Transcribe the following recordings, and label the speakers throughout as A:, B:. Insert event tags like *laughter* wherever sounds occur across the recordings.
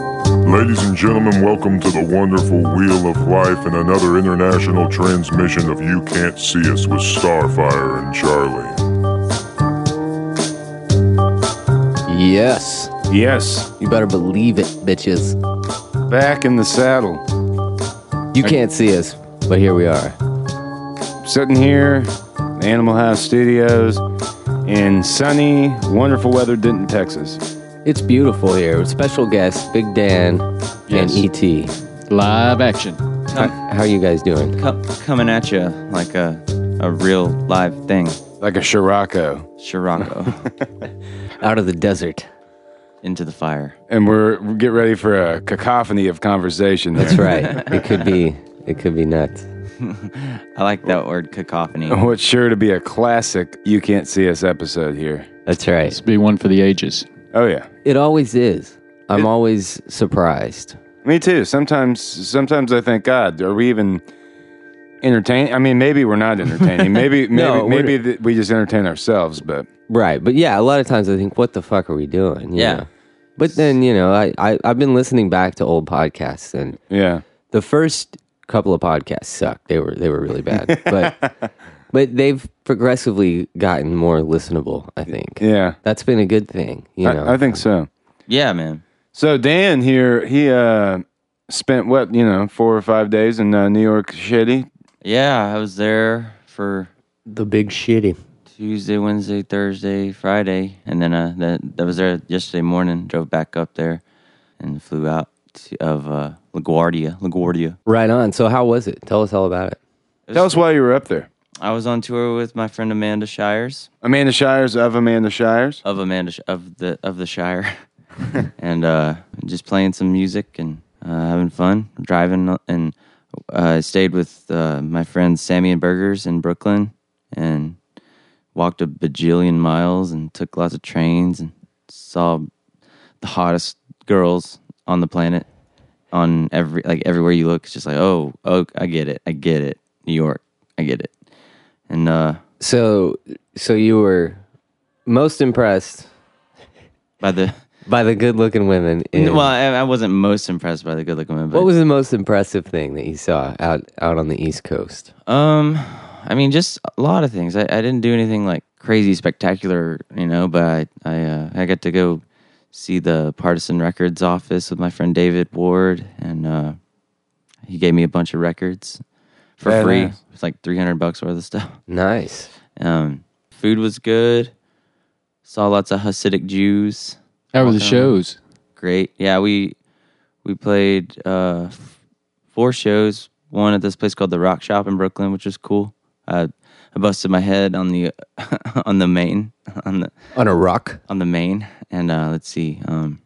A: Ladies and gentlemen, welcome to the wonderful Wheel of Life and another international transmission of You Can't See Us with Starfire and Charlie.
B: Yes.
C: Yes,
B: You better believe it, bitches.
C: back in the saddle.
B: You can't see us, but here we are.
C: Sitting here, Animal House Studios, in sunny, wonderful weather, Denton, Texas.
B: It's beautiful here with special guests Big Dan
D: Yes.
B: and ET.
E: Live action.
B: How, how you guys doing?
D: Co- coming at you like a, a real live thing.
C: Like a Scirocco.
B: *laughs*
D: Scirocco
B: Out of the desert.
D: into the fire.
C: And we're get ready for a cacophony of conversation. There.
B: That's right. it could be. It could be nuts.
D: I like that word cacophony.
C: *laughs* What's sure to be a classic You Can't See Us episode here.
B: That's right.
E: It's be one for the ages.
C: Oh, yeah.
B: It always is. I'm always surprised.
C: Me too. Sometimes, sometimes I think, God, are we even entertaining? I mean, maybe we're
B: *laughs*
C: not entertaining. Maybe, maybe,
B: No, we're-
C: maybe that we just entertain ourselves. But
B: Right. But yeah, a lot of times I think, what the fuck are we doing? You
D: Yeah.
B: know? But then, you know, I, I, I've been listening back to old podcasts and
C: yeah,
B: the first couple of podcasts sucked. They were they were really *laughs* bad, but but they've progressively gotten more listenable. I think
C: yeah,
B: that's been a good thing. You know,
C: I, I think so.
D: Yeah, man.
C: So Dan here, he uh, spent what you know four or five days in uh, New York City.
D: Yeah, I was there for
B: the big shitty.
D: Tuesday, Wednesday, Thursday, Friday, and then uh, that that was there yesterday morning. Drove back up there and flew out to, of uh, LaGuardia. LaGuardia.
B: Right on. So how was it? Tell us all about it.
C: Tell us why you were up there.
D: I was on tour with my friend Amanda Shires.
C: Amanda Shires of Amanda Shires.
D: of Amanda Sh- of the of the Shire, *laughs* and uh, just playing some music and uh, having fun, driving, and uh, I stayed with uh, my friends Sammy and Burgers in Brooklyn, and walked a bajillion miles and took lots of trains and saw the hottest girls on the planet on every like everywhere you look. It's just like oh oh I get it I get it New York I get it, and uh,
B: So so you were most impressed
D: by the.
B: by the good looking women. In,
D: Well, I, I wasn't most impressed by the good-looking women. But
B: what was the most impressive thing that you saw out out on the East Coast?
D: Um, I mean, just a lot of things. I, I didn't do anything like crazy spectacular, you know, but I I, uh, I got to go see the Partisan Records office with my friend David Ward, and uh, he gave me a bunch of records for
C: Very
D: free.
C: nice.
D: It's like three hundred bucks worth of stuff. *laughs*
B: Nice.
D: Um, food was good. Saw lots of Hasidic Jews.
E: How were the
D: Welcome.
E: shows?
D: Great. Yeah, we we played uh, f- four shows. One at this place called the Rock Shop in Brooklyn, which was cool. Uh, I busted my head on the *laughs* on the main *laughs* on the
B: On a rock.
D: on the main, and uh, let's see. Um,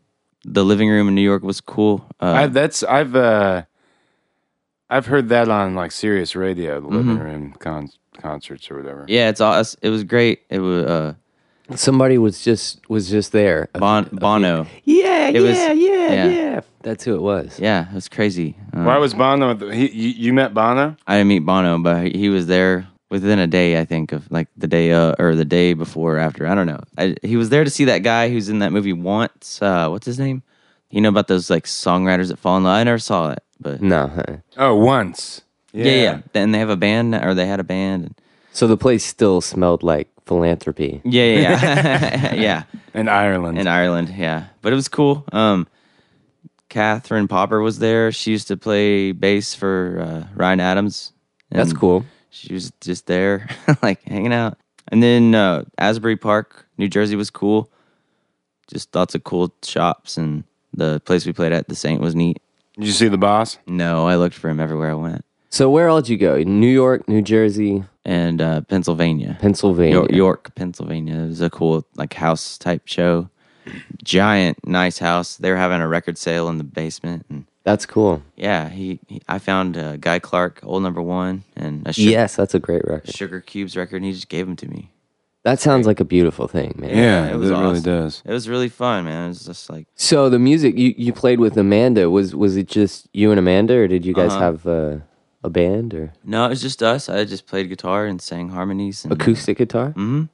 D: the living room in New York was cool.
C: I,
D: Uh,
C: that's I've uh, I've heard that on like serious radio, the
D: Mm-hmm.
C: living room con- concerts or whatever.
D: yeah, it's aw- it's- It was great. It was uh,
B: Somebody was just was just there.
D: bon- Bono.
B: yeah, yeah,
D: was-
B: yeah,
D: yeah.
B: yeah. That's who it was.
D: Yeah, it was crazy. Um,
C: Why was Bono? At the, he, you, you met Bono?
D: I didn't meet Bono, but he was there within a day, I think, of like the day uh, or the day before or after. I don't know. I, he was there to see that guy who's in that movie once. Uh, what's his name? You know about those like songwriters that fall in love? I never saw it, but yeah,
B: No. huh.
C: Oh, once.
D: Mm. yeah. And they have a band, or they had a band. And,
B: So the place still smelled like philanthropy.
D: *laughs* yeah, yeah, yeah. *laughs* yeah.
C: In Ireland.
D: In Ireland, yeah. But it was cool. Um, Catherine Popper was there. She used to play bass for uh, Ryan Adams.
B: That's
D: And-
B: cool.
D: she was just there, *laughs* like hanging out. And then uh, Asbury Park, New Jersey was cool. Just lots of cool shops, and the place we played at, the Saint, was neat.
C: Did you see the boss?
D: No, I looked for him everywhere I went,
B: So where else you go? New York, New Jersey,
D: and uh, Pennsylvania,
B: Pennsylvania.
D: York, York, Pennsylvania. It was a cool like house type show, giant, nice house. They were having a record sale in the basement, and
B: That's cool.
D: yeah, he, he I found uh, Guy Clark, old number one, and a Su-
B: yes, that's a great record.
D: Sugar Cubes record, and he just gave them to me.
B: That sounds like a beautiful thing, man.
C: Yeah,
D: it was
C: it really
D: awesome.
C: does.
D: It was really fun, man. It was just like
B: So the music you, you played with Amanda was was it just you and Amanda, or did you guys have uh, a band or
D: No, it was just us. I just played guitar and sang harmonies. And,
B: acoustic guitar? Mm-hmm.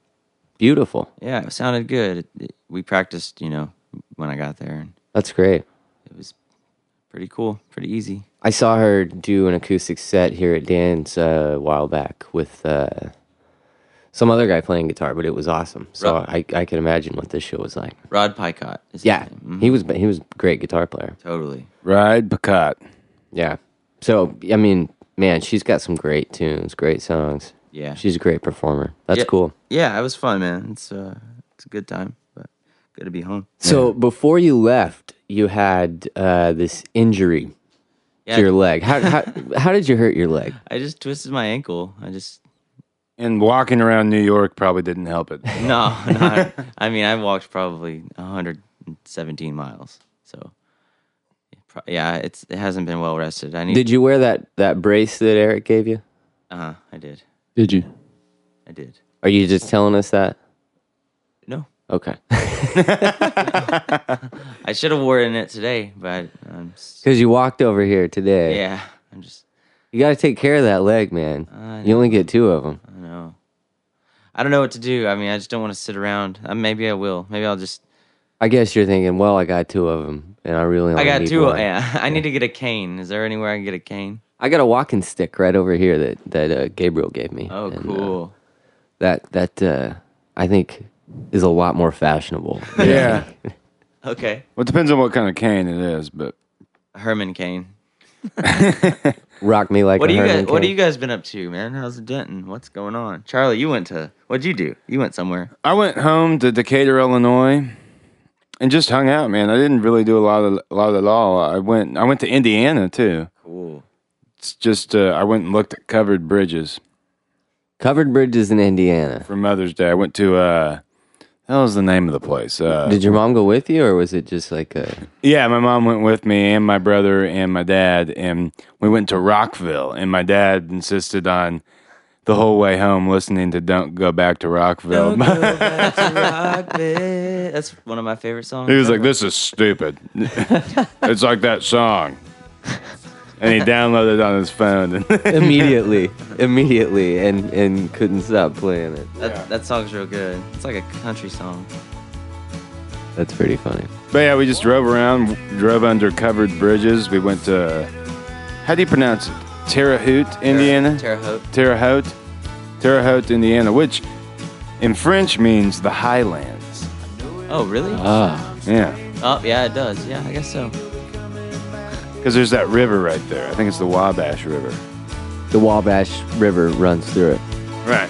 B: Beautiful.
D: Yeah, it sounded good. It- it- we practiced, you know, when I got there, and
B: That's great.
D: it was pretty cool, pretty easy.
B: I saw her do an acoustic set here at Dan's uh, a while back with uh, some other guy playing guitar, but it was awesome. So I, I can imagine what this show was like.
D: Rod Picott. Is his
B: Yeah,
D: name. Mhm.
B: he was he was a great guitar player.
D: totally.
C: Ride Picot.
B: Yeah. So I mean, man, she's got some great tunes, great songs.
D: Yeah.
B: She's a great performer. That's
D: Yeah.
B: cool.
D: Yeah, it was fun, man. It's uh, it's a good time, but good to be home.
B: So before you left, you had uh, this injury
D: Yeah,
B: to your leg. How, how how did you hurt your leg?
D: I just twisted my ankle. I just
C: And walking around New York probably didn't help *laughs* it.
D: no, *laughs* not, I mean I walked probably 117 miles. So pro- yeah, it's it hasn't been well rested. *laughs* I need.
B: Did you wear that that brace that Eric gave you?
D: uh, I did.
E: Did you?
D: I did.
B: Are you just telling us that?
D: No,
B: Okay.
D: I should have worn it today, but I'm. s-
B: Because you walked over here today.
D: Yeah, I'm just.
B: You got to take care of that leg, man.
D: I
B: You only get two of them.
D: I know. I don't know what to do. I mean, I just don't want to sit around. Uh, maybe I will. Maybe I'll just.
B: I guess you're thinking, well, I got two of them, and I really only
D: I got
B: need
D: two.
B: one.
D: Yeah, *laughs* I need to get a cane. Is there anywhere I can get a cane?
B: I got a walking stick right over here that that uh, Gabriel gave me.
D: Oh,
B: And, uh,
D: cool.
B: that that uh, I think is a lot more fashionable.
D: *laughs*
C: Yeah.
D: Okay,
C: Well, it depends on what kind of cane it is, but
D: A Herman cane.
B: Rock me like
D: What
B: a
D: do you guys?
B: Herman
D: What have
B: Cain.
D: you guys been up to, man? How's it Denton? What's going on, Charlie? You went to. What'd you do? You went somewhere.
C: I went home to Decatur, Illinois, and just hung out, man. I didn't really do a lot of a lot at all. I went I went to Indiana too.
D: Cool.
C: It's just uh, I went and looked at covered bridges
B: covered bridges in Indiana?
C: for Mother's Day. I went to uh, that was the name of the place. Uh,
B: Did your mom go with you, or was it just like uh,
D: *laughs*
B: a?
C: Yeah, my mom went with me and my brother and my dad, and we went to Rockville. And my dad insisted on the whole way home listening to "Don't Go Back to Rockville."
D: That's one of my favorite songs.
C: he was like, "This is stupid. *laughs* it's like that song." And he downloaded it on his phone. *laughs*
B: immediately, immediately, and and couldn't stop playing it.
D: that, that song's real good. It's like a country song.
B: That's pretty funny.
C: but yeah, we just drove around, drove under covered bridges. We went to how do you pronounce it? Terre Haute, Indiana.
D: Terre Haute.
C: Terre Haute, Terre Haute, Indiana, which in French means the highlands.
D: Oh, really?
E: Ah,
C: Yeah,
D: oh, yeah, it does. Yeah, I guess so.
C: because there's that river right there. I think it's the Wabash River.
B: The Wabash River runs through it.
C: Right.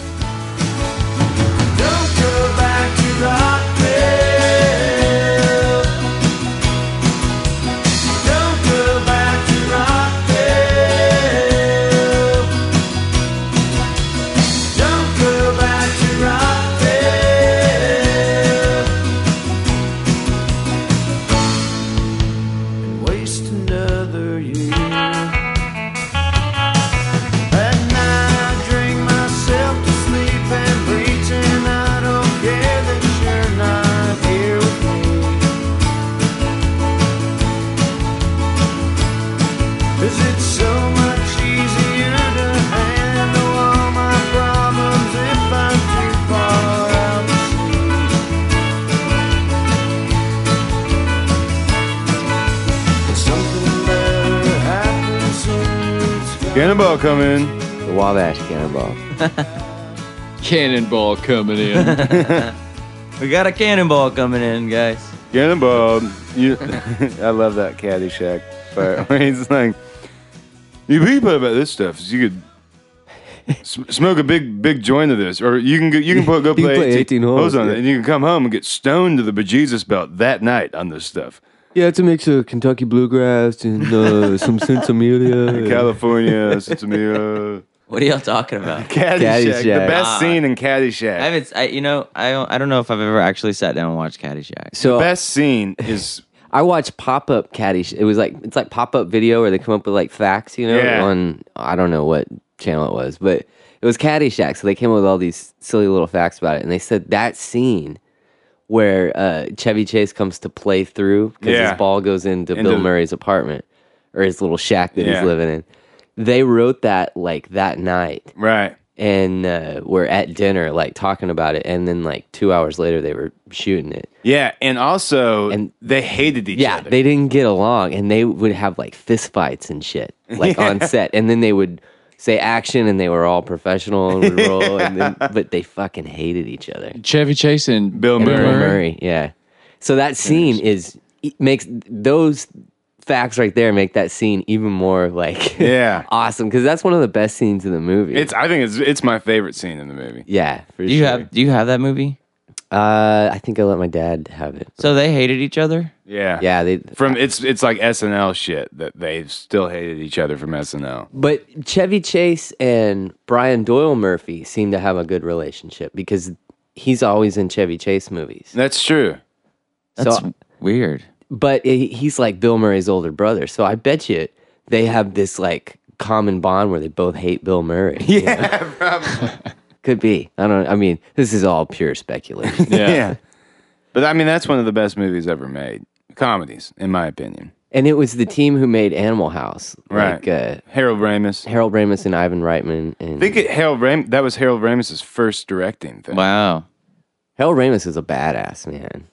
F: waste another year. At night, I drink myself to sleep and pretend I don't care that you're not here with me. Cause it's so much easier to handle all my problems if I'm too far out to sea. Something better happens soon. It's
C: Cannonball come in.
B: The Wabash Cannonball.
E: cannonball coming in.
D: We got a cannonball coming in, guys.
C: Cannonball. You, *laughs* I love that Caddyshack part *laughs* where he's like, "You people about this stuff is you could." sm- Smoke a big, big joint of this, or you can go, you can put,
B: *laughs*
C: go
B: You can
C: play,
B: play 18 holes,
C: on
B: yeah.
C: it, and you can come home and get stoned to the bejesus belt that night on this stuff.
B: Yeah, it's a mix of Kentucky bluegrass and *laughs* uh, some sensimelia.
C: California,
B: *laughs*
C: Cincinnati,
D: What are y'all talking
C: *laughs*
D: about?
C: Caddyshack, the
B: Caddyshack.
C: best
D: Ah.
C: scene in Caddyshack.
D: I haven't. I, you know, I don't. I don't know if I've ever actually sat down and watched Caddyshack.
B: So
C: best scene
B: *laughs*
C: is
B: I watched pop up caddy. Sh- it was like it's like pop up video where they come up with like facts, you know,
C: Yeah.
B: on I don't know what channel it was, but it was Caddyshack. So they came up with all these silly little facts about it, and they said that scene where uh, Chevy Chase comes to play through because
C: Yeah.
B: his ball goes into,
C: Into
B: Bill
C: the-
B: Murray's apartment or his little shack that
C: Yeah.
B: he's living in. They wrote that like that night
C: right.
B: and uh, were at dinner like talking about it, and then like two hours later they were shooting it.
C: Yeah, and also
B: And-
C: they hated each
B: Yeah,
C: other.
B: they didn't get along, and they would have like fist fights and shit like on set, and then they would say action, and they were all professional and would roll, and then, but they fucking hated each other.
E: *laughs* Chevy Chase and
C: Bill
E: and
C: Murray.
B: Bill Murray, yeah. So that scene is it makes those facts right there make that scene even more like *laughs*
C: Yeah.
B: awesome because that's one of the best scenes in the movie.
C: It's I think it's it's my favorite scene in the movie.
B: yeah, for
D: Do you
B: sure.
D: have Do you have that movie?
B: Uh, I think I let my dad have it.
D: So they hated each other.
C: Yeah.
B: Yeah, they.
C: From it's it's like SNL shit that they still hated each other from SNL.
B: But Chevy Chase and Brian Doyle Murphy seem to have a good relationship because he's always in Chevy Chase movies.
C: That's true.
D: That's
B: so,
D: weird.
B: but he- he's like Bill Murray's older brother, so I bet you they have this like common bond where they both hate Bill Murray. Yeah, *laughs* could be. I don't. I mean, this is all pure speculation.
C: *laughs*
E: *laughs*
C: Yeah. But I mean that's one of the best movies ever made. Comedies, in my opinion.
B: and it was the team who made Animal House, Like, uh,
C: Harold Ramis. I
B: Harold Ramis and Ivan Reitman, and
C: think it, Harold Ram that was Harold Ramis's first directing thing.
D: Wow.
B: Harold Ramis is a badass man.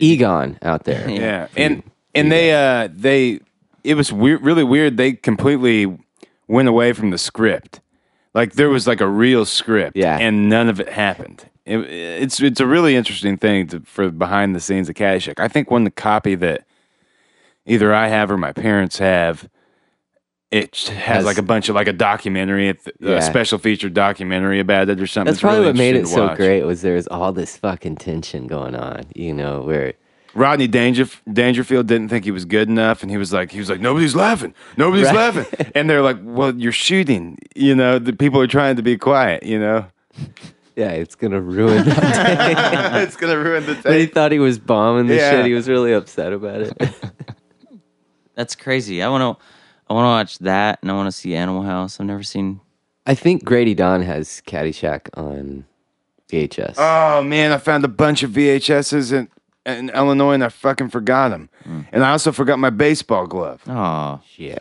B: Egon out there.
C: Yeah, and and they uh they it was weird, really weird. They completely went away from the script. Like there was like a real script,
B: Yeah.
C: and none of it happened. It, it's it's a really interesting thing to, for behind the scenes of Caddyshack. I think one the copy that either I have or my parents have. It has,
B: Has-
C: like a bunch of like a documentary, a, th-
B: Yeah.
C: a special feature documentary about it or something.
B: That's
C: It's
B: probably
C: really
B: what made it
C: interesting to
B: so
C: watch.
B: great was there was all this fucking tension going on, you know, where
C: Rodney Danger, Dangerfield didn't think he was good enough, and he was like, he was like, nobody's laughing, nobody's
B: Right.
C: *laughs* laughing, and they're like, well, you're shooting, you know, the people are trying to be quiet, you know,
B: yeah, it's gonna ruin that day.
C: *laughs* *laughs* it's gonna ruin the
B: But he
C: tape.
B: thought he was bombing the
C: Yeah.
B: shit. He was really upset about it.
C: *laughs*
D: That's crazy. I want to. I want to watch that, and I want to see Animal House. I've never seen.
B: I think Grady Don has Caddyshack on VHS.
C: Oh man, I found a bunch of VHSs in, in Illinois, and I fucking forgot them, and I also forgot my baseball glove.
D: Oh,
B: shit.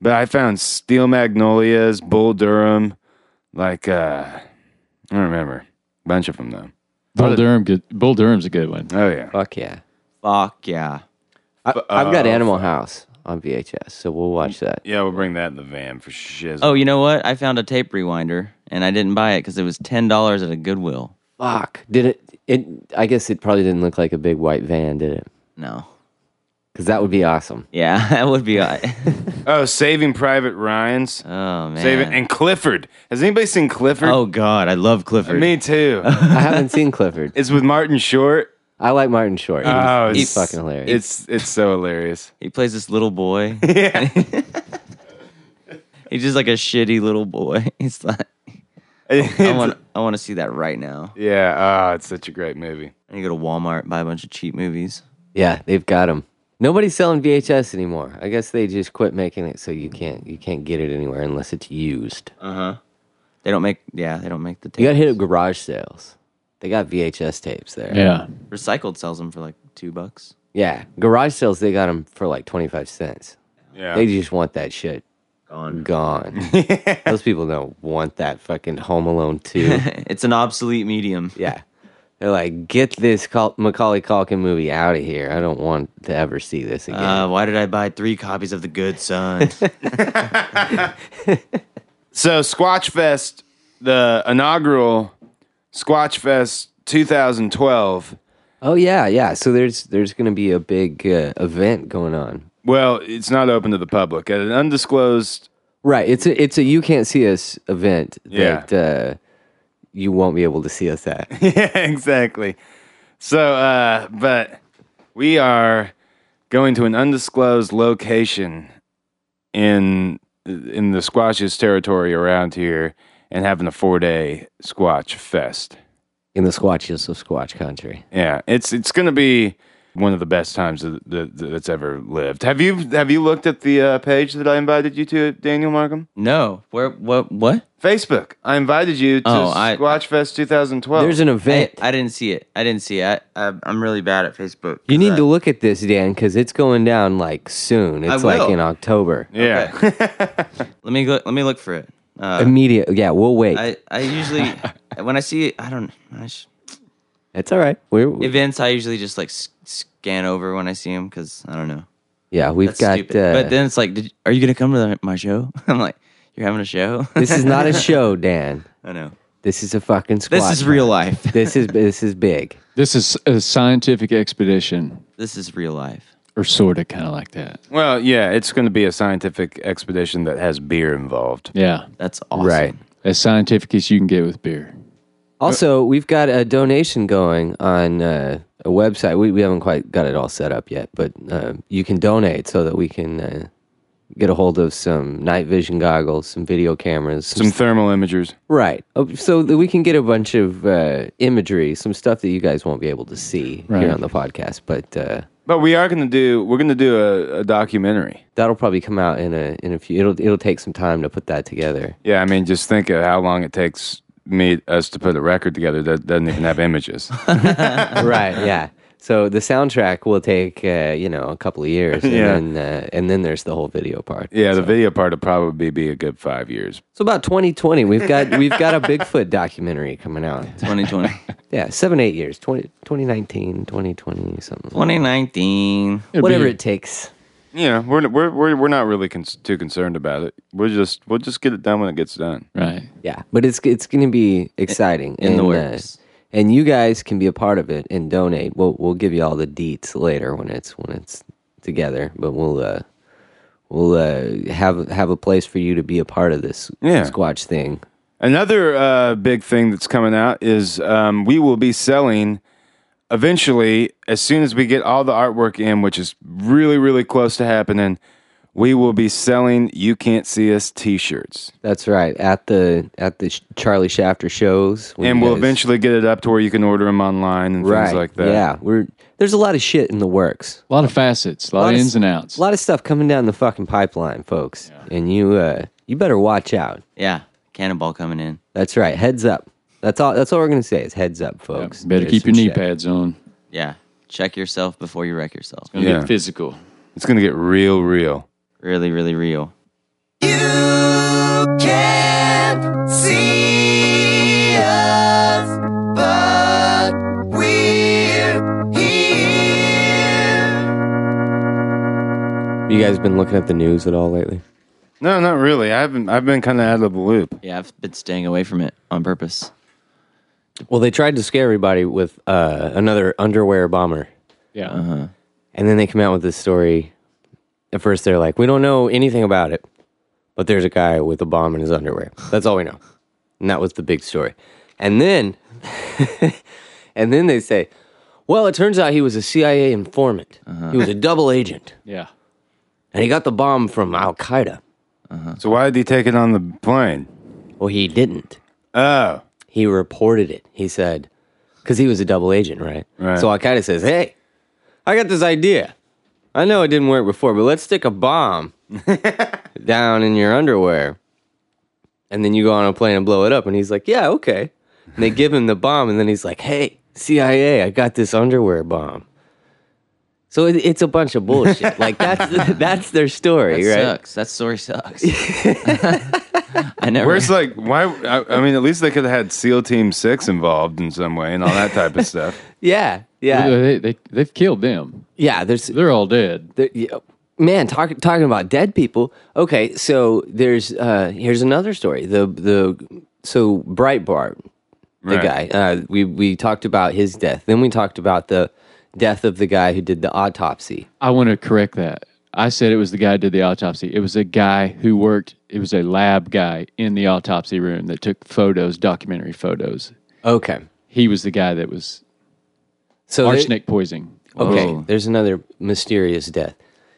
C: But I found Steel Magnolias, Bull Durham, like uh, I don't remember, bunch of them though.
E: Bull Durham. Good. Bull Durham's a good one.
C: Oh yeah,
B: Fuck yeah.
D: fuck yeah!
B: I, I've
C: uh,
B: got Animal House on VHS, so we'll watch that.
C: yeah, we'll bring that in the van for shiz.
D: Oh, you know what? I found a tape rewinder, and I didn't buy it because it was ten dollars at a Goodwill.
B: Fuck. Did it, it? I guess it probably didn't look like a big white van, did it?
D: No.
B: Because that would be awesome.
D: Yeah, *laughs* that would be. I-
C: oh, Saving Private Ryan's.
D: oh man.
C: Save it. And Clifford. Has anybody seen Clifford?
D: oh god, I love Clifford.
C: me too.
B: I haven't seen Clifford.
C: it's with Martin Short.
B: I like Martin Short. He's,
C: Oh,
B: he's
C: it's-
B: fucking hilarious.
C: It's it's so hilarious.
D: He plays this little boy. Yeah. *laughs* He's just like a shitty little boy. *laughs* He's like, I want, I want to see that right now.
C: yeah, oh, it's such a great movie.
D: And you go to Walmart, buy a bunch of cheap movies.
B: Yeah, they've got them. Nobody's selling VHS anymore. I guess they just quit making it, so you can't you can't get it anywhere unless it's used.
D: They don't make, yeah, they don't make the tapes.
B: You got to hit up garage sales. They got VHS tapes there.
E: Yeah.
D: Recycled sells them for like two bucks. *laughs*
B: Yeah, garage sales they got them for like twenty five cents.
C: Yeah.
B: They just want that shit
D: Gone.
B: gone. Those people don't want that fucking Home Alone
D: *laughs*
B: two.
D: It's an obsolete medium.
B: yeah, they're like, get this Cul- Macaulay Culkin movie out of here. I don't want to ever see this again.
D: Uh, why did I buy three copies of The Good Son?
C: So Squatch Fest, the inaugural Squatch Fest 2012.
B: oh yeah, yeah. So there's there's gonna be a big uh, event going on
C: Well, it's not open to the public. At an undisclosed
B: Right. It's a it's a you can't see us event
C: Yeah.
B: that uh, you won't be able to see us at.
C: *laughs* Yeah, exactly. So uh but we are going to an undisclosed location in in the squashes territory around here and having a four day squatch fest.
B: In the squatchiest of squatch country.
C: Yeah, it's it's going to be one of the best times that, that, that's ever lived. Have you have you looked at the uh, page that I invited you to, Daniel Markham?
D: no. Where, what, what?
C: Facebook. I invited you to
D: Oh, I-
C: Squatch Fest 2012.
B: There's an
D: I,
B: event.
D: Oh, I didn't see it. I didn't see it. I, I, I'm really bad at Facebook.
B: you need to look at this, Dan, because it's going down like soon. It's like
D: will.
B: in October.
C: yeah.
D: Let me go, let me look for it. Uh,
B: Immediate. Yeah, we'll wait.
D: I, I usually when I see I don't I sh-
B: it's all right. We're,
D: events I usually just like s- scan over when I see them because I don't know.
B: yeah, we've
D: That's
B: got.
D: stupid.
B: Uh,
D: but then it's like, did, are you gonna come to the, my show? *laughs* I'm like, you're having a show.
B: *laughs* this is not a show, Dan.
D: *laughs* I know.
B: This is a fucking squad.
D: This is real life.
B: This is this is big.
E: This is a scientific expedition,
D: *laughs* This is real life.
E: or sort of, kind of like that.
C: Well, yeah, it's going to be a scientific expedition that has beer involved.
E: Yeah,
D: That's awesome. *laughs*
E: as scientific as you can get with beer.
B: Also, we've got a donation going on uh, a website. We, we haven't quite got it all set up yet, but uh, you can donate so that we can uh, get a hold of some night vision goggles, some video cameras, some,
C: Some thermal imagers.
B: right, Oh, so that we can get a bunch of uh, imagery, some stuff that you guys won't be able to see
E: Right.
B: here on the podcast. But uh,
C: But we are going to do, we're going to do a, a documentary.
B: that'll probably come out in a in a few. It'll it'll take some time to put that together.
C: Yeah, I mean, just think of how long it takes me, us to put a record together that doesn't even have images.
B: *laughs* right yeah so the soundtrack will take uh, you know a couple of years and
C: Yeah.
B: then uh, and then there's the whole video part
C: Yeah, the video part will probably be a good five years.
B: so about 2020 we've got we've got a bigfoot documentary coming out
D: *laughs* 2020,
B: yeah seven eight years 20, 2019 2020 something
D: 2019.
E: It'd
B: whatever
E: be-
B: it takes
C: Yeah, we're we're we're, we're not really con- too concerned about it. We're just we'll just get it done when it gets done.
E: right.
B: yeah but it's it's gonna be exciting
D: in the
B: and, uh,
D: works.
B: and you guys can be a part of it and donate we'll we'll give you all the deets later when it's when it's together but we'll uh We'll uh, have have a place for you to be a part of this
C: Yeah.
B: Squatch thing.
C: Another uh, big thing that's coming out is um, we will be selling eventually as soon as we get all the artwork in, which is really really close to happening. We will be selling "You Can't See Us" T-shirts,
B: That's right at the at the Sh- Charlie Shafter shows, when
C: and
B: you
C: we'll
B: guys-
C: eventually get it up to where you can order them online and
B: right
C: things like that.
B: Yeah, we're there's a lot of shit in the works,
E: A lot of facets, a lot,
B: Lot
E: of
B: of
E: ins
B: s-
E: and outs.
B: a lot of stuff coming down the fucking pipeline, folks. And you uh you better watch out.
D: Yeah, cannonball coming in.
B: That's right, heads up. That's all. That's all we're gonna say is heads up, folks.
E: Better
B: There's
E: keep your
B: some
E: knee
B: shit.
E: pads on.
D: Yeah, check yourself before you wreck yourself.
E: Gonna
C: Yeah.
E: get physical.
C: It's gonna get real real.
D: Really, really real.
F: can't see us, but we're here.
B: You guys been looking at the news at all lately?
C: No, not really. I haven't. I've been kind of out of the loop.
D: Yeah, I've been staying away from it on purpose.
B: Well, they tried to scare everybody with uh, another underwear bomber.
E: Yeah.
B: And then they come out with this story. At first, they're like, we don't know anything about it, but there's a guy with a bomb in his underwear. That's all we know. And that was the big story. And then, *laughs* and then they say, well, it turns out he was a CIA informant. He was a double agent,
E: Yeah.
B: and he got the bomb from Al Qaeda.
C: So why did he take it on the plane?
B: Well, he didn't.
C: Oh,
B: He reported it. He said, because he was a double agent, right?
C: Right.
B: So Al Qaeda says, hey, I got this idea. I know it didn't work before, but let's stick a bomb *laughs* down in your underwear. And then you go on a plane and blow it up. And he's like, yeah, okay. And they give him the bomb. And then he's like, hey, CIA, I got this underwear bomb. So it, it's a bunch of bullshit. like, that's, *laughs* that's their
D: That
B: story, right?
D: sucks. That
B: *laughs*
D: story sucks. *laughs* I never.
C: where's like why? I, I mean, at least they could have had SEAL Team Six involved in some way and all that type of stuff.
B: Yeah. Yeah.
E: They, they, they, have killed them.
B: Yeah. There's,
E: They're all dead.
B: There, yeah, man, talk, talking about dead people. Okay, so there's uh, here's another story. The the so Breitbart, the
C: Right.
B: guy. Uh, we we talked about his death. Then we talked about the death of the guy who did the autopsy.
E: I want to correct that. I said it was the guy who did the autopsy. It was a guy who worked, it was a lab guy in the autopsy room that took photos, documentary photos.
B: Okay,
E: He was the guy that was
B: so there-
E: arsenic poisoning. Oh,
B: okay,
D: Whoa.
B: there's another mysterious death.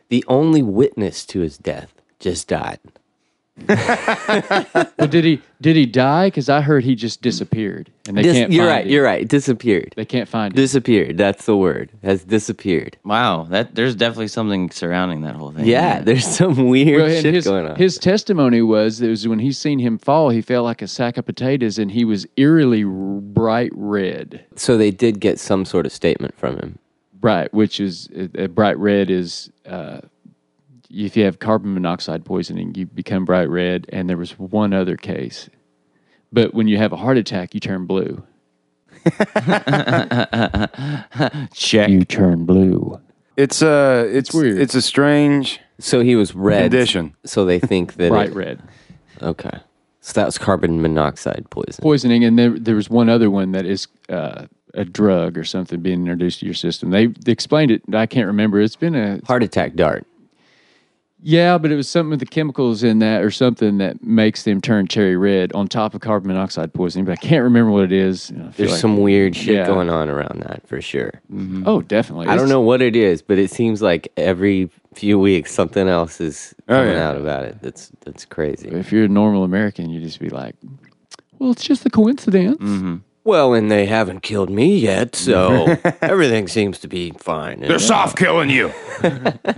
B: The only witness to his death just died.
E: But did he did he die? Because I heard he just disappeared, and they
B: Dis-
E: can't.
B: you're
E: find
B: right.
E: him.
B: You're right. Disappeared.
E: They can't find him.
B: Disappeared. That's the word. Has disappeared.
D: *laughs* wow, that there's definitely something surrounding that whole thing.
B: Yeah, there's some weird
E: Mm. Well, and
B: shit
E: his,
B: going on.
E: his testimony was it was when he seen him fall, he felt like a sack of potatoes, and he was eerily r- bright red.
B: so they did get some sort of statement from him.
E: Bright, which is uh, uh, bright red, is uh, if you have carbon monoxide poisoning, you become bright red. And there was one other case. But when you have a heart attack, you turn blue.
D: Check.
E: You turn blue.
C: It's a it's,
E: weird.
C: It's a strange.
B: So he was red.
C: Condition.
B: So they think that.
E: Bright
B: it-
E: red.
B: Okay. So that was carbon monoxide poison.
E: poisoning, and there there was one other one that is uh, a drug or something being introduced to your system. They, they explained it. and I can't remember. It's been a
B: Heart attack dart.
E: yeah, but it was something with the chemicals in that or something that makes them turn cherry red on top of carbon monoxide poisoning. But I can't remember what it is. And I feel
B: There's
E: like-
B: some weird shit
E: Yeah.
B: going on around that for sure.
E: oh, definitely.
B: I don't
E: It's-
B: know what it is, but it seems like every few weeks something else is coming
C: yeah.
B: out about it. That's that's crazy.
E: If you're a normal American, you just be like, well, it's just a coincidence.
B: Mm-hmm. Well, and they haven't killed me yet, so everything seems to be fine.
C: They're soft killing you.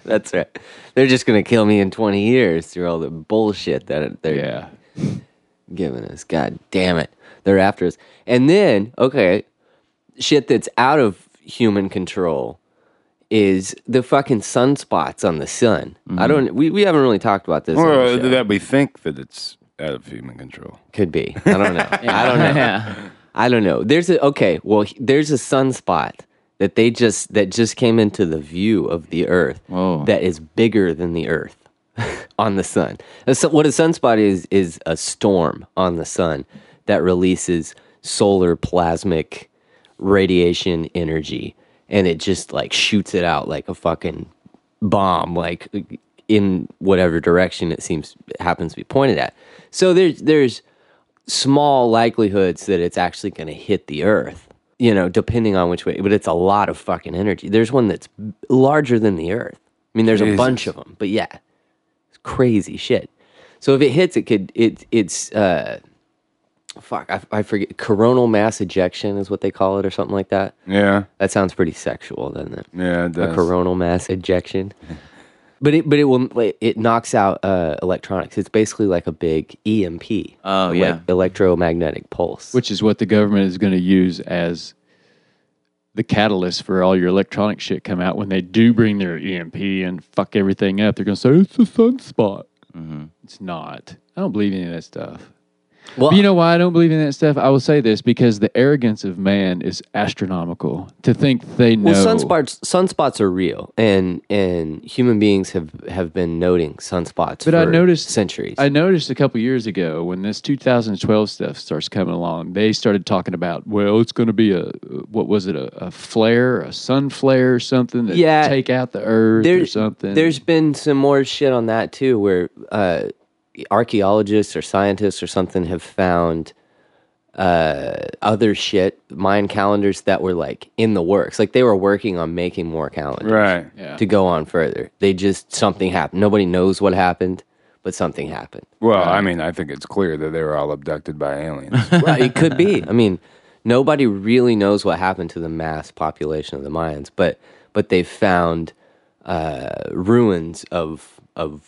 B: That's right. They're just gonna kill me in 20 years through all the bullshit that they're
E: Yeah.
B: giving us. God damn it. They're after us. And then, okay, shit that's out of human control is the fucking sunspots on the sun. I don't we, we haven't really talked about this. on the
C: Mm-hmm. Or uh,
B: show.
C: that we think that it's out of human control.
B: Could be. I don't know. I
C: *laughs*
B: don't know. I don't know. There's a okay, well he- there's a sunspot that they just that just came into the view of the earth
D: Whoa.
B: that is bigger than the earth *laughs* on the sun. A sun- what a sunspot is is a storm on the sun that releases solar plasmic radiation energy and it just like shoots it out like a fucking bomb like in whatever direction it seems happens to be pointed at. So there's there's small likelihoods that it's actually going to hit the earth you know depending on which way but it's a lot of fucking energy there's one that's larger than the earth i mean there's a bunch of them but yeah it's crazy shit so if it hits it could it it's uh fuck I, I forget coronal mass ejection is what they call it or something like that
C: Yeah,
B: that sounds pretty sexual doesn't it
C: yeah, it
B: a
C: does.
B: coronal mass ejection. But it but it will it knocks out uh, electronics. It's basically like a big E EMP.
D: Oh,
B: elec-
D: yeah.
B: electromagnetic pulse.
E: which is what the government is going to use as the catalyst for all your electronic shit come out when they do bring their EMP and fuck everything up. They're going to say it's a sunspot.
B: Mm-hmm.
E: It's not. I don't believe any of that stuff.
B: well,
E: But you know why I don't believe in that stuff? I will say this because the arrogance of man is astronomical to think they know.
B: well, sunspots sunspots are real, and and human beings have have been noting sunspots.
E: But I
B: for
E: noticed-
B: centuries.
E: I noticed a couple years ago when this 2012 stuff starts coming along, they started talking about, well, it's going to be a what was it, a, a flare, a sun flare, or something that
B: Yeah.
E: take out the earth or something.
B: There's been some more shit on that too, where uh, archaeologists or scientists or something have found uh, other shit, Mayan calendars that were like in the works. Like they were working on making more calendars
C: Right.
E: Yeah.
B: to go on further. They just something happened. Nobody knows what happened, but something happened.
C: Well, I mean, I think it's clear that they were all abducted by aliens. *laughs*
B: Well, it could be. I mean, nobody really knows what happened to the mass population of the Mayans, but but they found uh, ruins of of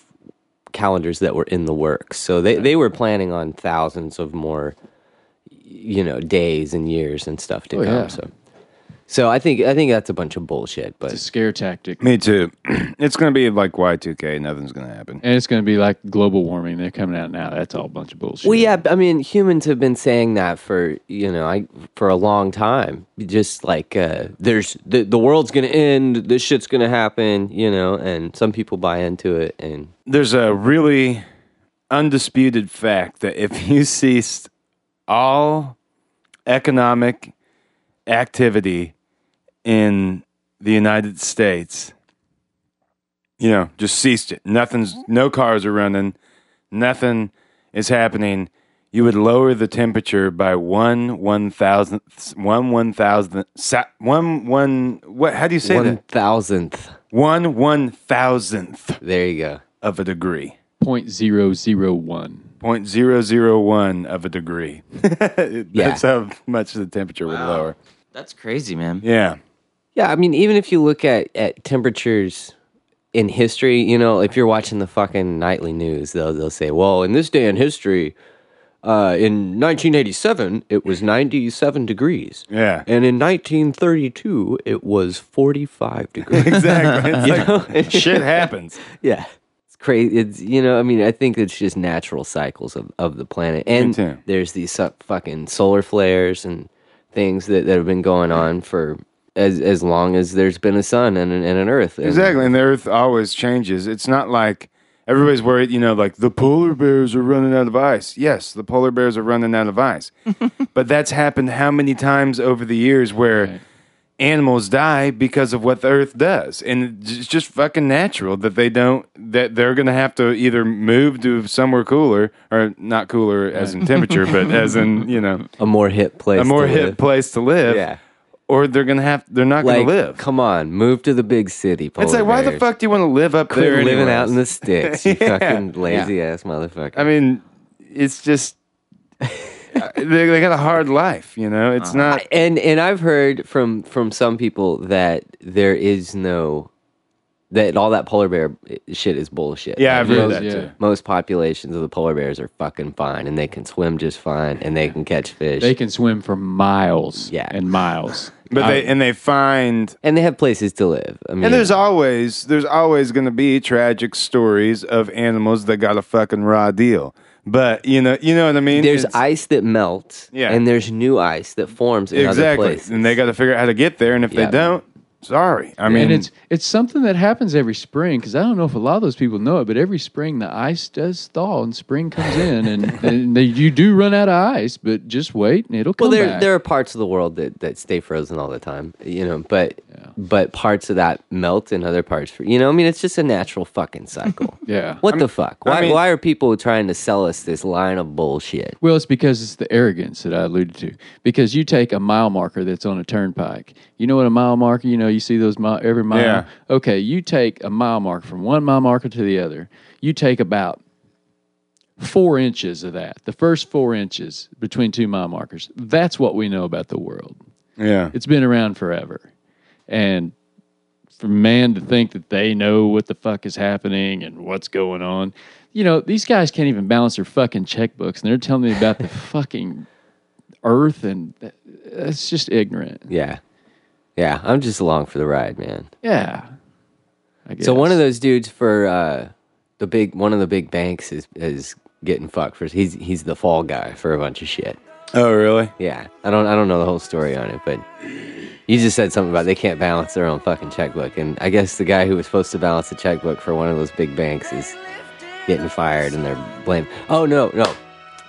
B: calendars that were in the works. So they they were planning on thousands of more, you know, days and years and stuff to come.
E: yeah.
B: So. So I think I think that's a bunch of bullshit, but
E: It's a scare tactic.
C: Me too. *clears throat* it's gonna be like Y two K. Nothing's gonna happen.
E: And it's going to be like global warming. They're coming out now. That's all a bunch of bullshit.
B: Well, yeah, I mean, humans have been saying that for you know, I for a long time. Just like uh, there's the the world's gonna end, this shit's gonna happen, you know, and some people buy into it, and
C: There's a really undisputed fact that if you ceased all economic activity in the United States, you know, just ceased it. Nothing's no cars are running, nothing is happening. You would lower the temperature by one one thousandth, one one thousandth, sa- one one. What? How do you say
B: one
C: that?
B: thousandth.
C: One one thousandth
B: There you go.
C: of a degree.
E: Point zero zero one.
C: 0.001 of a degree. *laughs* That's how much the temperature would lower.
D: *laughs* That's crazy, man.
C: Yeah.
B: Yeah, I mean, even if you look at at temperatures in history, you know, if you're watching the fucking nightly news, they'll they'll say, "Well, in this day in history." Uh, in 1987, it was 97 degrees.
C: Yeah.
B: *laughs* And in 1932, it was 45 degrees.
C: Exactly. It's like, shit happens.
B: *laughs* yeah. crazy. It's you know, I mean, I think it's just natural cycles of, of the planet, and
C: too.
B: there's these su- fucking solar flares and things that, that have been going on for as as long as there's been a sun and an, and an Earth. And-
C: Exactly, and the Earth always changes. It's not like everybody's worried, you know, like the polar bears are running out of ice. Yes, the polar bears are running out
B: *laughs*
C: of ice, but that's happened how many times over the years where animals die because of what the Earth does, and it's just fucking natural that they don't that they're gonna have to either move to somewhere cooler or not cooler as in temperature,
B: *laughs*
C: but as in you know
B: a more hip place.
C: a more
B: to
C: hip
B: live.
C: place to live.
B: Yeah.
C: Or they're gonna have they're not
B: Like,
C: gonna live.
B: come on, move to the big city. Polar
C: It's like, why the
B: bears.
C: fuck do you want to live up
B: Quit
C: there?
B: living
C: anyways?
B: out in the
C: *laughs*
B: sticks? You
C: Yeah.
B: fucking lazy ass motherfucker.
C: I mean, it's *laughs* just they, they got a hard life, you know. It's not.
B: and and I've heard from from some people that there is no that all that polar bear shit is bullshit.
C: yeah, I've
B: Like,
C: heard
B: most,
C: that too.
B: most populations of the polar bears are fucking fine, and they can swim just fine, and they can catch fish,
E: They can swim for miles
B: Yeah.
E: and miles.
C: But they and they find
B: and they have places to live. I mean,
C: and there's always there's always going to be tragic stories of animals that got a fucking raw deal. But you know, you know what I mean.
B: there's
C: It's-
B: ice that melts,
C: Yeah.
B: and there's new ice that forms in other
C: exactly,
B: places.
C: and they got to figure out how to get there. And if
B: Yeah.
C: they don't, sorry. I mean,
E: and it's it's something that happens every spring because I don't know if a lot of those people know it, but every spring the ice does thaw and spring comes in, and, and they, you do run out of ice, but just wait and it'll come
B: Well, there
E: back.
B: there are parts of the world that, that stay frozen all the time, you know. But but parts of that melt, and other parts, for, you know. I mean, it's just a natural fucking
C: *laughs*
B: cycle.
E: yeah.
B: What the fuck? Why
C: mean-
B: why are people trying to sell us this line of bullshit?
E: Well, it's because it's the arrogance that I alluded to. Because you take a mile marker that's on a turnpike. You know what a mile marker? You know you see those mile, every mile.
C: Yeah.
E: Okay, you take a mile marker from one mile marker to the other. You take about four inches of that. The first four inches between two mile markers. That's what we know about the world.
C: yeah,
E: It's been around forever, and for man to think that they know what the fuck is happening and what's going on. You know, these guys can't even balance their fucking checkbooks and they're telling me about the *laughs* fucking earth and th- it's just ignorant.
B: Yeah, yeah. I'm just along for the ride, man.
E: Yeah. I guess.
B: So one of those dudes for uh, the big one of the big banks is is getting fucked for. He's he's the fall guy for a bunch of shit.
C: oh really?
B: Yeah, I don't I don't know the whole story on it, but you just said something about they can't balance their own fucking checkbook, and I guess the guy who was supposed to balance the checkbook for one of those big banks is getting fired, and they're blamed. Oh no, no,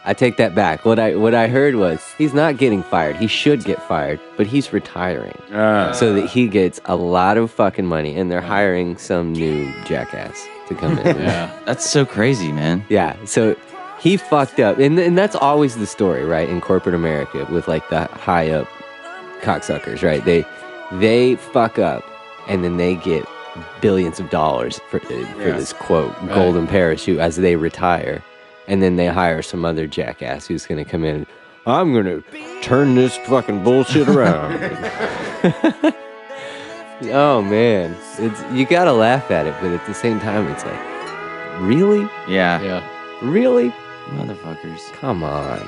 B: I take that back. What I what I heard was he's not getting fired. He should get fired, but he's retiring
C: Uh,
B: so that he gets a lot of fucking money, and they're hiring some new jackass to come in.
E: Yeah.
D: That's so crazy, man.
B: Yeah. So he fucked up. And, and that's always the story, right? In corporate America with like the high up cocksuckers, right? They they fuck up and then they get billions of dollars for, uh, for this quote golden parachute as they retire. And then they hire some other jackass who's going to come in. I'm going to turn this fucking bullshit around. *laughs* oh man, it's you got to laugh at it, but at the same time it's like, really?
D: Yeah.
E: Yeah.
B: Really?
D: Motherfuckers.
B: Come on.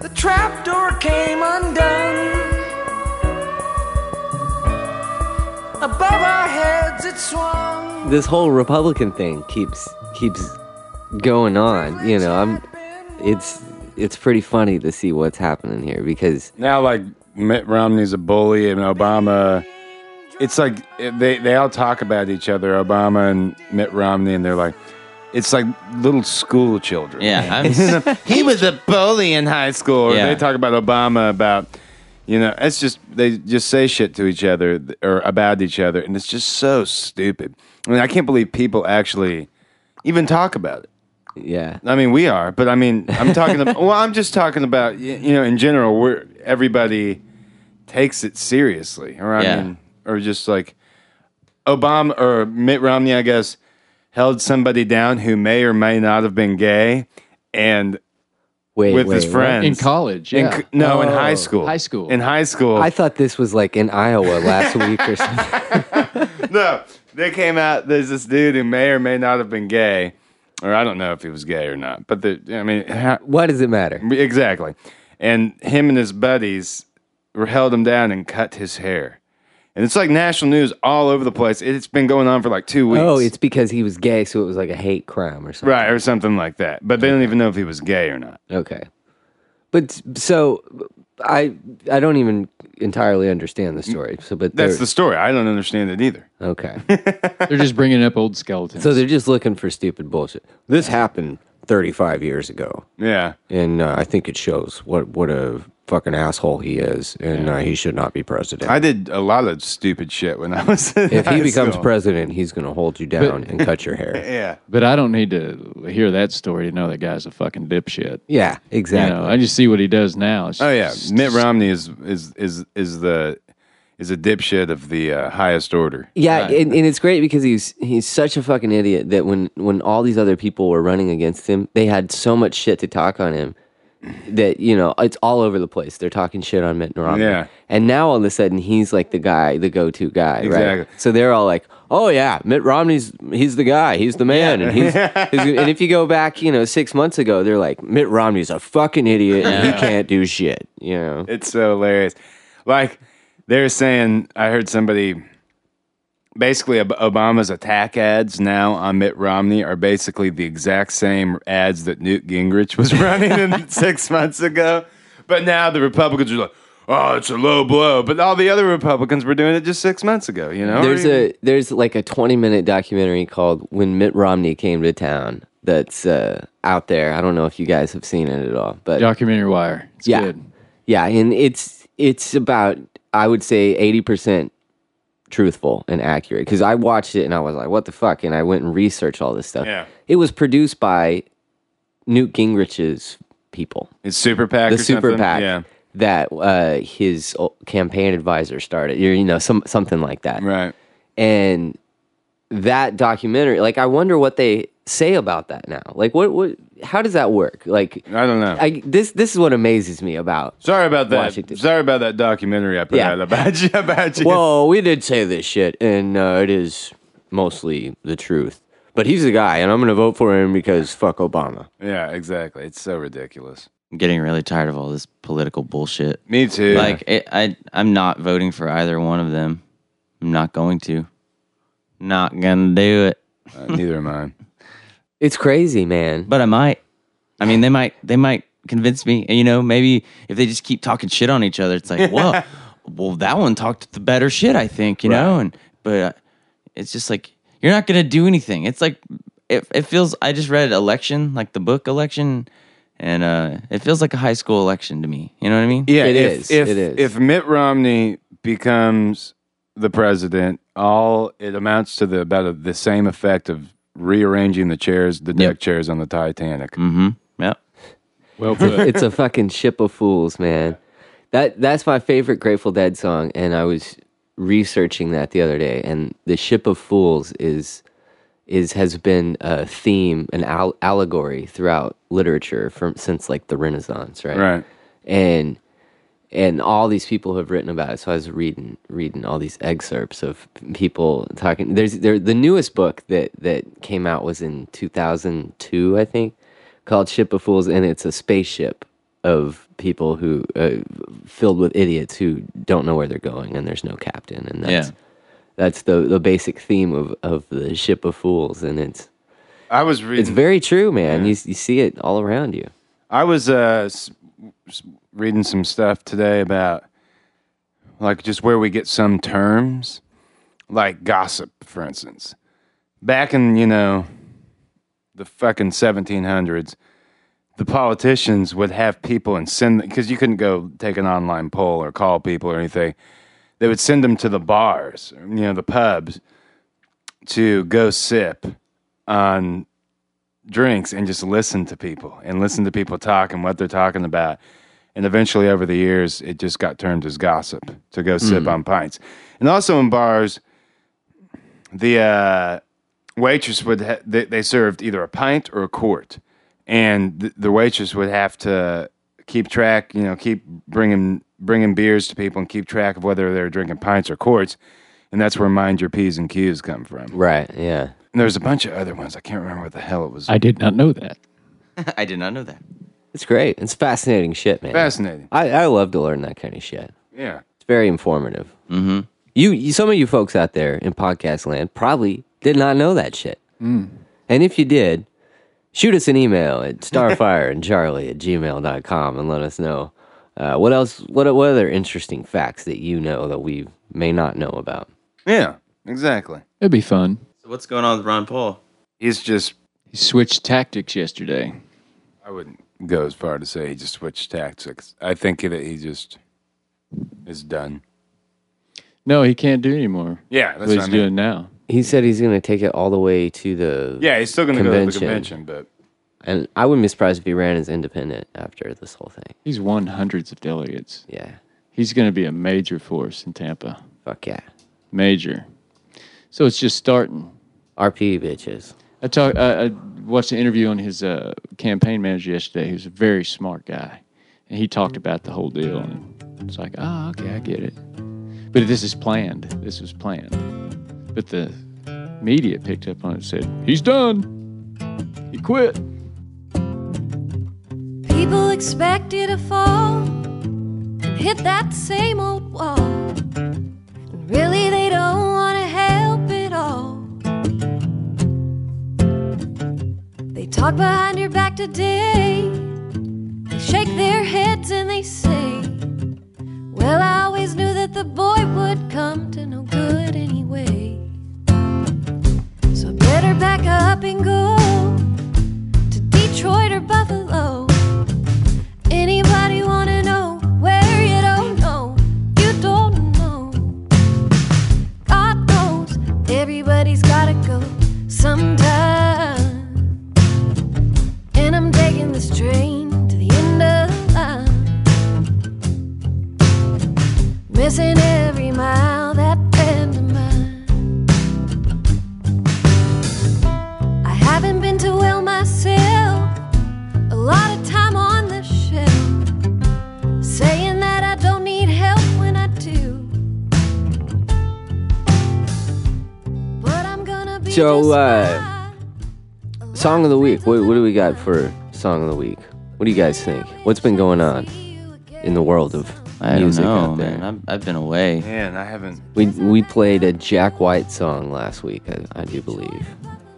F: The trapdoor came undone. Above our heads it swung.
B: This whole Republican thing keeps keeps going on. You know, I'm it's it's pretty funny to see what's happening here because
C: now like Mitt Romney's a bully and Obama. It's like eh, they they all talk about each other, Obama and Mitt Romney, and they're like, it's like little school children.
D: Yeah.
C: *laughs*
D: I'm,
C: he was a bully in high school. Or
D: Yeah.
C: they talk about Obama about, you know, it's just they just say shit to each other th- or about each other, and it's just so stupid. I mean, I can't believe people actually even talk about it.
B: yeah.
C: I mean, we are, but I mean, I'm talking. About, *laughs* well, I'm just talking about y- you know, in general, where everybody takes it seriously, or I
D: Yeah.
C: mean, or just like Obama or Mitt Romney, I guess, held somebody down who may or may not have been gay, and
B: Wait,
C: with
B: wait,
C: his
B: what?
C: friends
E: in college.
C: In
E: Yeah.
B: *laughs*
C: c- no, in
E: Oh.
C: high school.
E: High school.
C: In high school. *laughs*
B: I thought this was like in Iowa last week or something.
C: no, they came out. There's this dude who may or may not have been gay, or I don't know if he was gay or not. But the, I mean, ha-
B: Why does it
C: *laughs*
B: matter?
C: exactly. And him and his buddies were held him down and cut his hair. And it's like national news all over the place. It's been going on for like two weeks.
B: Oh, it's because he was gay, so it was like a hate crime or something.
C: right or something like that. But they don't even know if he was gay or not.
B: Okay. But so I I don't even entirely understand the story. So but
C: That's
B: they're-
C: the story. I don't understand it either.
B: okay.
C: *laughs*
E: They're just bringing up old skeletons.
B: so they're just looking for stupid bullshit. This happened 35 years ago.
C: Yeah.
B: and uh, I think it shows what what a fucking asshole he is, and uh, he should not be president.
C: I did a lot of stupid shit when I was in
B: if he
C: high
B: becomes
C: school.
B: president, he's going to hold you down and cut your hair.
C: *laughs* Yeah.
E: but I don't need to hear that story to know that guy's a fucking dipshit.
B: Yeah,
E: You
B: exactly.
E: know, I just see what he does now. It's
C: Oh yeah,
E: just-
C: Mitt Romney is is is is the is a dipshit of the uh, highest order.
B: yeah,
E: Right.
B: and, and it's great because he's he's such a fucking idiot that when when all these other people were running against him, they had so much shit to talk on him that you know it's all over the place. They're talking shit on Mitt Romney,
C: Yeah.
B: and now all of a sudden he's like the guy, the go-to guy,
C: Exactly.
B: right? So they're all like, "Oh yeah, Mitt Romney's he's the guy, he's the man." And he's, he's and if you go back, you know, six months ago, they're like, "Mitt Romney's a fucking idiot, and he can't do shit," you know.
C: It's so hilarious. Like they're saying, I heard somebody basically Ob- Obama's attack ads now on Mitt Romney are basically the exact same ads that Newt Gingrich was *laughs* running in six months ago. But now the Republicans are like, oh, it's a low blow. But all the other Republicans were doing it just six months ago. You know,
B: There's a there's like a 20 minute documentary called "When Mitt Romney Came to Town" that's uh, out there. I don't know if you guys have seen it at all, but
E: documentary wire. It's
B: yeah,
E: good.
B: yeah, and it's it's about I would say 80 percent truthful and accurate because I watched it and I was like, what the fuck, and I went and researched all this stuff.
C: Yeah.
B: it was produced by Newt Gingrich's people
C: it's super PAC.
B: the
C: or
B: super
C: something?
B: PAC
C: Yeah.
B: that uh, his o- campaign advisor started. You you know some something like that,
C: Right.
B: and that documentary. Like, I wonder what they say about that now. Like, what what? How does that work? Like,
C: I don't know.
B: I this this is what amazes me about.
C: Sorry about that.
B: Washington.
C: Sorry about that documentary I put
B: Yeah.
C: out about you. About you.
B: Well, we did say this shit, and uh, it is mostly the truth. But he's the guy, and I'm going to vote for him because fuck Obama.
C: yeah, exactly. It's so ridiculous.
D: I'm getting really tired of all this political bullshit.
C: Me too.
D: Like it, I, I'm not voting for either one of them. I'm not going to. Not gonna do it.
C: Uh, neither am
B: *laughs*
C: I.
B: It's crazy, man.
D: But I might. I mean, they might. They might convince me. And you know, maybe if they just keep talking shit on each other, it's like, whoa, *laughs* well, that one talked the better shit, I think. You know, and but uh, it's just like you're not gonna do anything. It's like it. It feels. I just read election, like the book election, and uh, it feels like a high school election to me. You know what I mean?
C: Yeah,
B: It
C: if,
B: is.
C: If,
B: It is.
C: If Mitt Romney becomes the president, all it amounts to the about the same effect of rearranging the chairs, the deck chairs on the Titanic.
B: Mm.
D: Mm-hmm. Yep. *laughs*
E: Well put.
B: it's a fucking ship of fools, man. That that's my favorite Grateful Dead song, and I was researching that the other day. And the ship of fools is is has been a theme, an al- allegory throughout literature from since like the Renaissance, right?
C: Right.
B: And and all these people have written about it. So I was reading reading all these excerpts of people talking. There's there the newest book that that came out was in 2002, I think, called Ship of Fools, and it's a spaceship of people who uh, filled with idiots who don't know where they're going, and there's no captain, and that's
D: Yeah.
B: that's the the basic theme of of the Ship of Fools, and it's
C: I was reading.
B: it's very true, man. You you see it all around you.
C: I was uh, s- s- reading some stuff today about like just where we get some terms, like gossip, for instance. Back in you know the fucking seventeen hundreds, the politicians would have people and send because you couldn't go take an online poll or call people or anything. They would send them to the bars, you know, the pubs, to go sip on drinks and just listen to people and listen to people talk and what they're talking about. And eventually, over the years, it just got termed as gossip to go sip on pints. And also in bars, the uh, waitress would ha- they, they served either a pint or a quart, and th- the waitress would have to keep track, you know, keep bringing bringing beers to people and keep track of whether they're drinking pints or quarts. And that's where mind your p's and q's come from.
B: Right. Yeah.
C: And there's a bunch of other ones. I can't remember what the hell it was.
E: I did not know that.
D: I did not know that.
B: It's great. It's fascinating shit, man.
C: Fascinating.
B: I, I love to learn that kind of shit.
C: Yeah.
B: It's very informative. Mm-hmm. You, you, some of you folks out there in podcast land probably did not know that shit. And if you did, shoot us an email at *laughs* starfireandcharlie at gmail.com and let us know uh, what else, what, what other interesting facts that you know that we may not know about.
C: Yeah. Exactly.
E: It'd be fun.
D: So what's going on with Ron Paul?
C: He's just
E: He switched tactics yesterday.
C: I wouldn't go as far to say he just switched tactics. I think that he just is done.
E: No, he can't do anymore.
C: Yeah,
E: what he's doing now.
B: He said he's going to take it all the way to the.
C: Yeah, he's still going to go to the
B: Convention.
C: convention, but
B: And I wouldn't be surprised if he ran as independent after this whole thing.
E: He's won hundreds of delegates.
B: Yeah.
E: He's going to be a major force in Tampa.
B: Fuck yeah.
E: Major. So it's just starting.
B: RP bitches.
E: I talk, I, I watched an interview on his uh, campaign manager yesterday. He was a very smart guy, and he talked about the whole deal. And it's like, oh, okay, I get it. But this is planned. This was planned. But the media picked up on it and said, he's done. He quit.
G: People expect you to fall and hit that same old wall. And really, they don't want to help at all. They talk behind your back today. They shake their heads and they say, Well, I always knew that the boy would come to no good anyway. So I better back up and go to Detroit or Buffalo. Anybody wanna know where you don't know? You don't know. God knows everybody's gotta go sometime. And I'm taking this train to the end of the line. Missing every mile that end of mine. I haven't been too well myself a lot of time on the shelf, saying that I don't need help when I do. But I'm gonna be
B: So,
G: just
B: uh,
G: fine.
B: Song of the week. What, what do we got for song of the week? What do you guys think? What's been going on in the world of
D: I don't
B: music
D: know,
B: out there?
D: man. I'm, I've been away.
C: man, I haven't.
B: We we played a Jack White song last week, I, I do believe.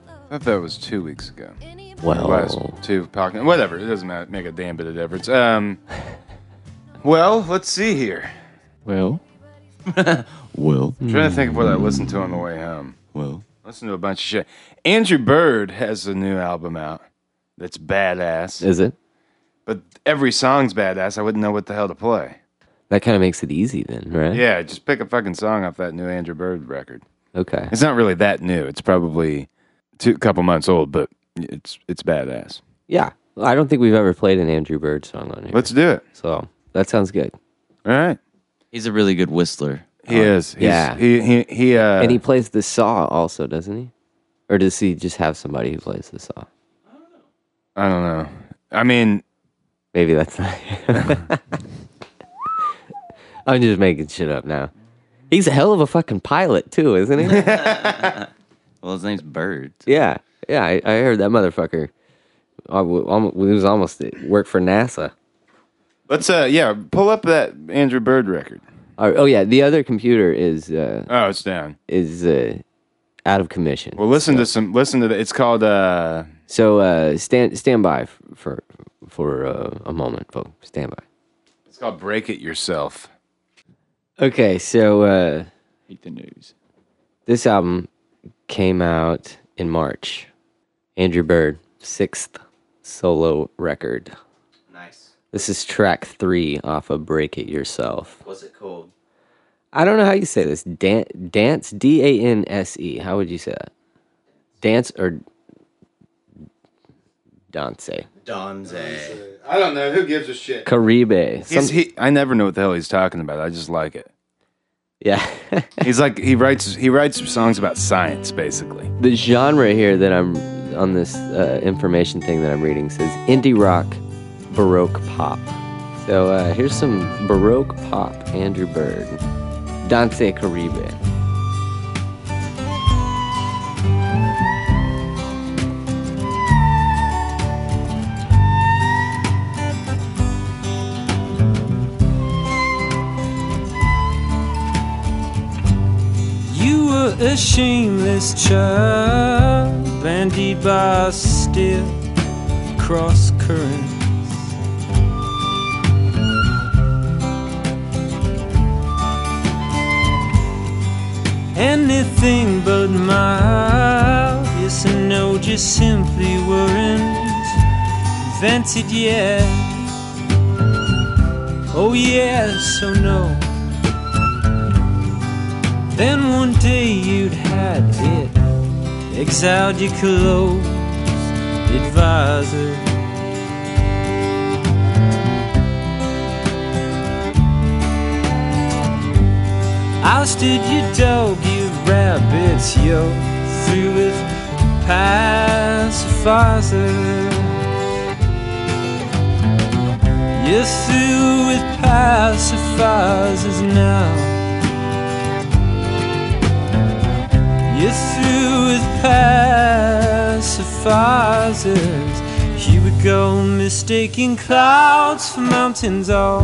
C: I thought that was two weeks ago. Last
E: Oh.
B: Well,
C: two pocket, whatever. It doesn't matter, make a damn bit of difference. Um, well, let's see here.
E: Well,
D: Well,
C: I'm trying to think of what I listened to on the way home.
D: well.
C: Listen to a bunch of shit. Andrew Bird has a new album out that's badass,
B: is it?
C: but every song's badass. I wouldn't know what the hell to play.
B: That kind of makes it easy then, right?
C: Yeah, just pick a fucking song off that new Andrew Bird record.
B: Okay.
C: It's not really that new. It's probably two couple months old, but it's it's badass.
B: Yeah. Well, I don't think we've ever played an Andrew Bird song on here.
C: Let's do it.
B: so that sounds good.
C: All right.
D: He's a really good whistler.
C: He is. He's,
B: Oh, yeah.
C: He he he. Uh,
B: and he plays the saw also, doesn't he? Or does he just have somebody who plays the saw?
C: I don't know. I mean,
B: Maybe that's not. I'm just making shit up now. He's a hell of a fucking pilot too, isn't he?
D: Well, his name's Bird.
B: Yeah, yeah. I, I heard that motherfucker. I w- almo- he was almost worked for NASA.
C: let's uh yeah pull up that Andrew Bird record.
B: All right, oh yeah, the other computer is uh,
C: Oh, it's down.
B: is uh, out of commission.
C: Well, listen to some. Listen to that. It's called uh
B: So uh, stand stand by f- for for uh, a moment, folks. Stand by.
C: It's called Break It Yourself.
B: Okay, so uh,
E: hate the news.
B: this album came out in March. Andrew Bird sixth solo record.
D: Nice.
B: This is track three off of "Break It Yourself."
D: Was it cold?
B: I don't know how you say this. Dan- dance, D A N S E. How would you say that? Dance or dance?
D: Donze.
C: I don't know who gives a shit.
B: Caribe. Some-
C: He's, he, I never know what the hell he's talking about. I just like it.
B: yeah. *laughs*
C: He's like he writes he writes songs about science basically.
B: the genre here that I'm on this uh, information thing that I'm reading says indie rock, baroque pop. So uh, here's some baroque pop. Andrew Bird, Danse Caribe.
H: You were a shameless child, bandied by still cross currents. Anything but mild, yes and no, just simply weren't invented yet. Oh, yes, oh no. Then one day you'd had it, exiled your clothes, advisor. Ousted your dog, your rabbits, yo, through with pacifizer. You're through with pacifiers now. You're through with pacifiers. Here we go, mistaking clouds for mountains. All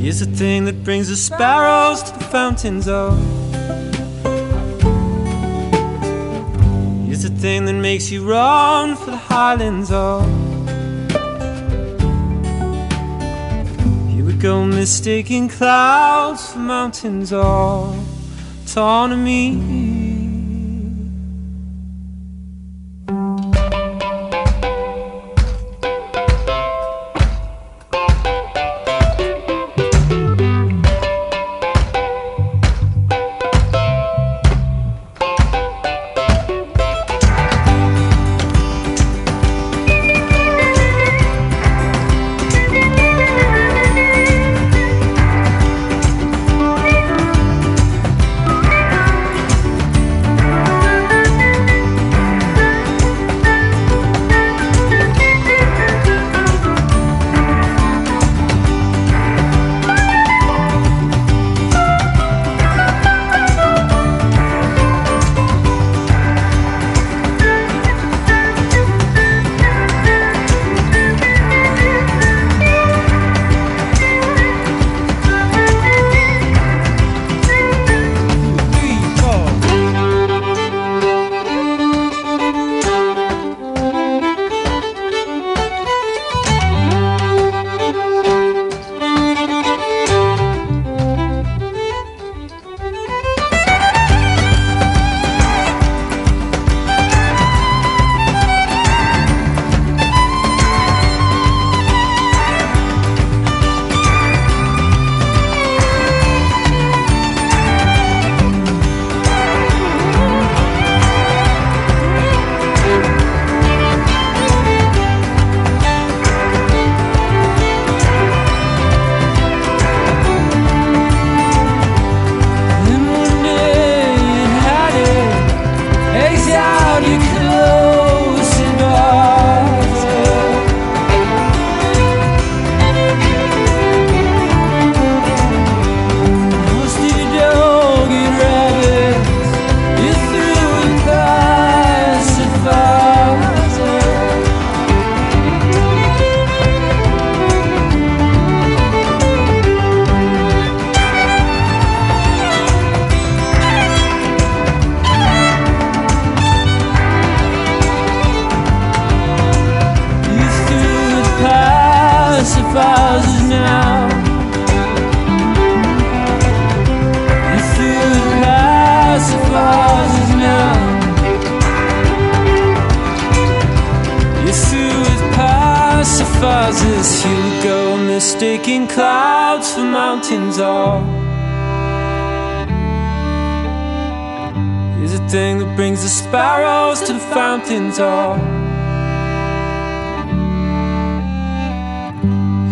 H: here's the thing that brings the sparrows to the fountains. oh. All here's the thing that makes you run for the highlands. oh. All Here we go, mistaking clouds for mountains oh. all torn to me. Three, four. Then one day you had it, exiled your clothes and bottles. Hosted your dog and rabbits, you threw with classifiers. You threw with pacifiers now. You threw with pacifiers now. You threw with pacifiers. Here we go, mistaking clouds for mountains. All is a thing that brings the sparrows to the fountains. All.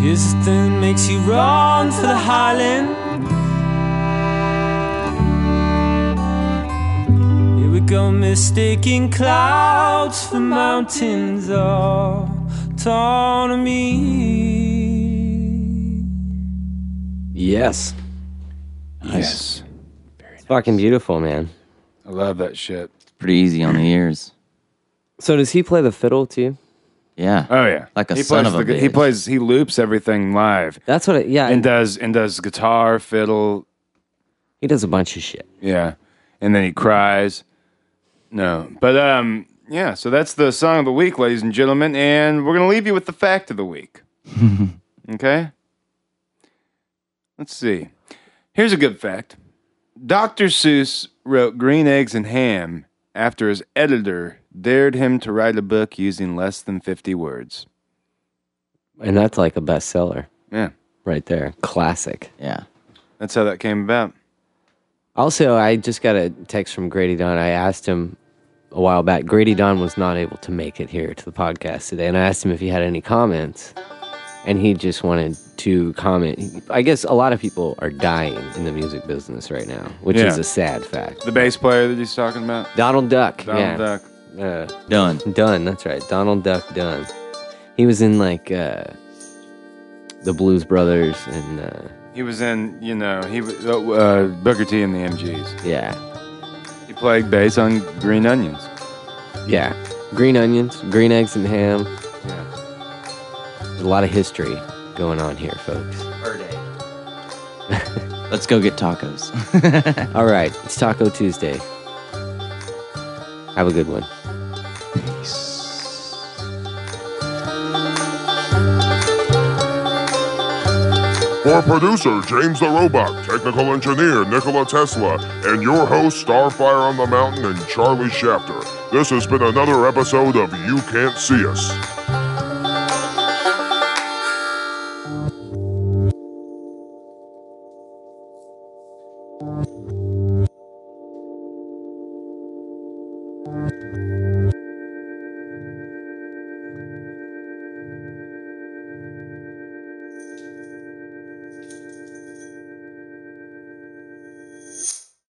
H: Here's the thing that makes you run for the highland. go mistaking clouds for mountains all torn to me.
B: Yes.
C: Yes.
B: It's fucking beautiful, man.
C: I love that shit.
D: Pretty easy on the ears.
B: So does he play the fiddle too?
D: Yeah.
C: Oh yeah.
D: Like a
C: he
D: son
C: plays
D: of a
C: the, gu- He
D: bitch.
C: plays he loops everything live
B: That's what. It, yeah,
C: and does and does guitar, fiddle,
B: he does a bunch of shit.
C: yeah. And then he cries. No. But um yeah, so that's the song of the week, ladies and gentlemen, and we're going to leave you with the fact of the week. okay? Let's see. Here's a good fact. Dr. Seuss wrote Green Eggs and Ham after his editor dared him to write a book using less than 50 words.
B: And that's like a bestseller
C: Yeah.
B: right there. Classic.
D: Yeah.
C: That's how that came about.
B: Also, I just got a text from Grady Don. I asked him a while back. Grady Don was not able to make it here to the podcast today, and I asked him if he had any comments, and he just wanted to comment. I guess a lot of people are dying in the music business right now, which
C: Yeah.
B: is a sad fact.
C: The bass player that he's talking about?
B: Donald Duck.
C: Donald
B: yeah.
C: Duck.
B: Uh,
D: Done.
B: Dunn, that's right. Donald Duck Dunn. He was in like uh, the Blues Brothers and uh,
C: He was in, you know, he was uh, uh, Booker T and the MGs.
B: yeah,
C: He played bass on Green Onions.
B: yeah. Green onions, green eggs and ham.
C: Yeah.
B: There's a lot of history going on here, folks.
D: Let's go get tacos.
B: All right, it's Taco Tuesday. Have a good one.
A: For producer James the Robot, technical engineer Nikola Tesla, and your host Starfire on the Mountain and Charlie Shafter, this has been another episode of You Can't See Us.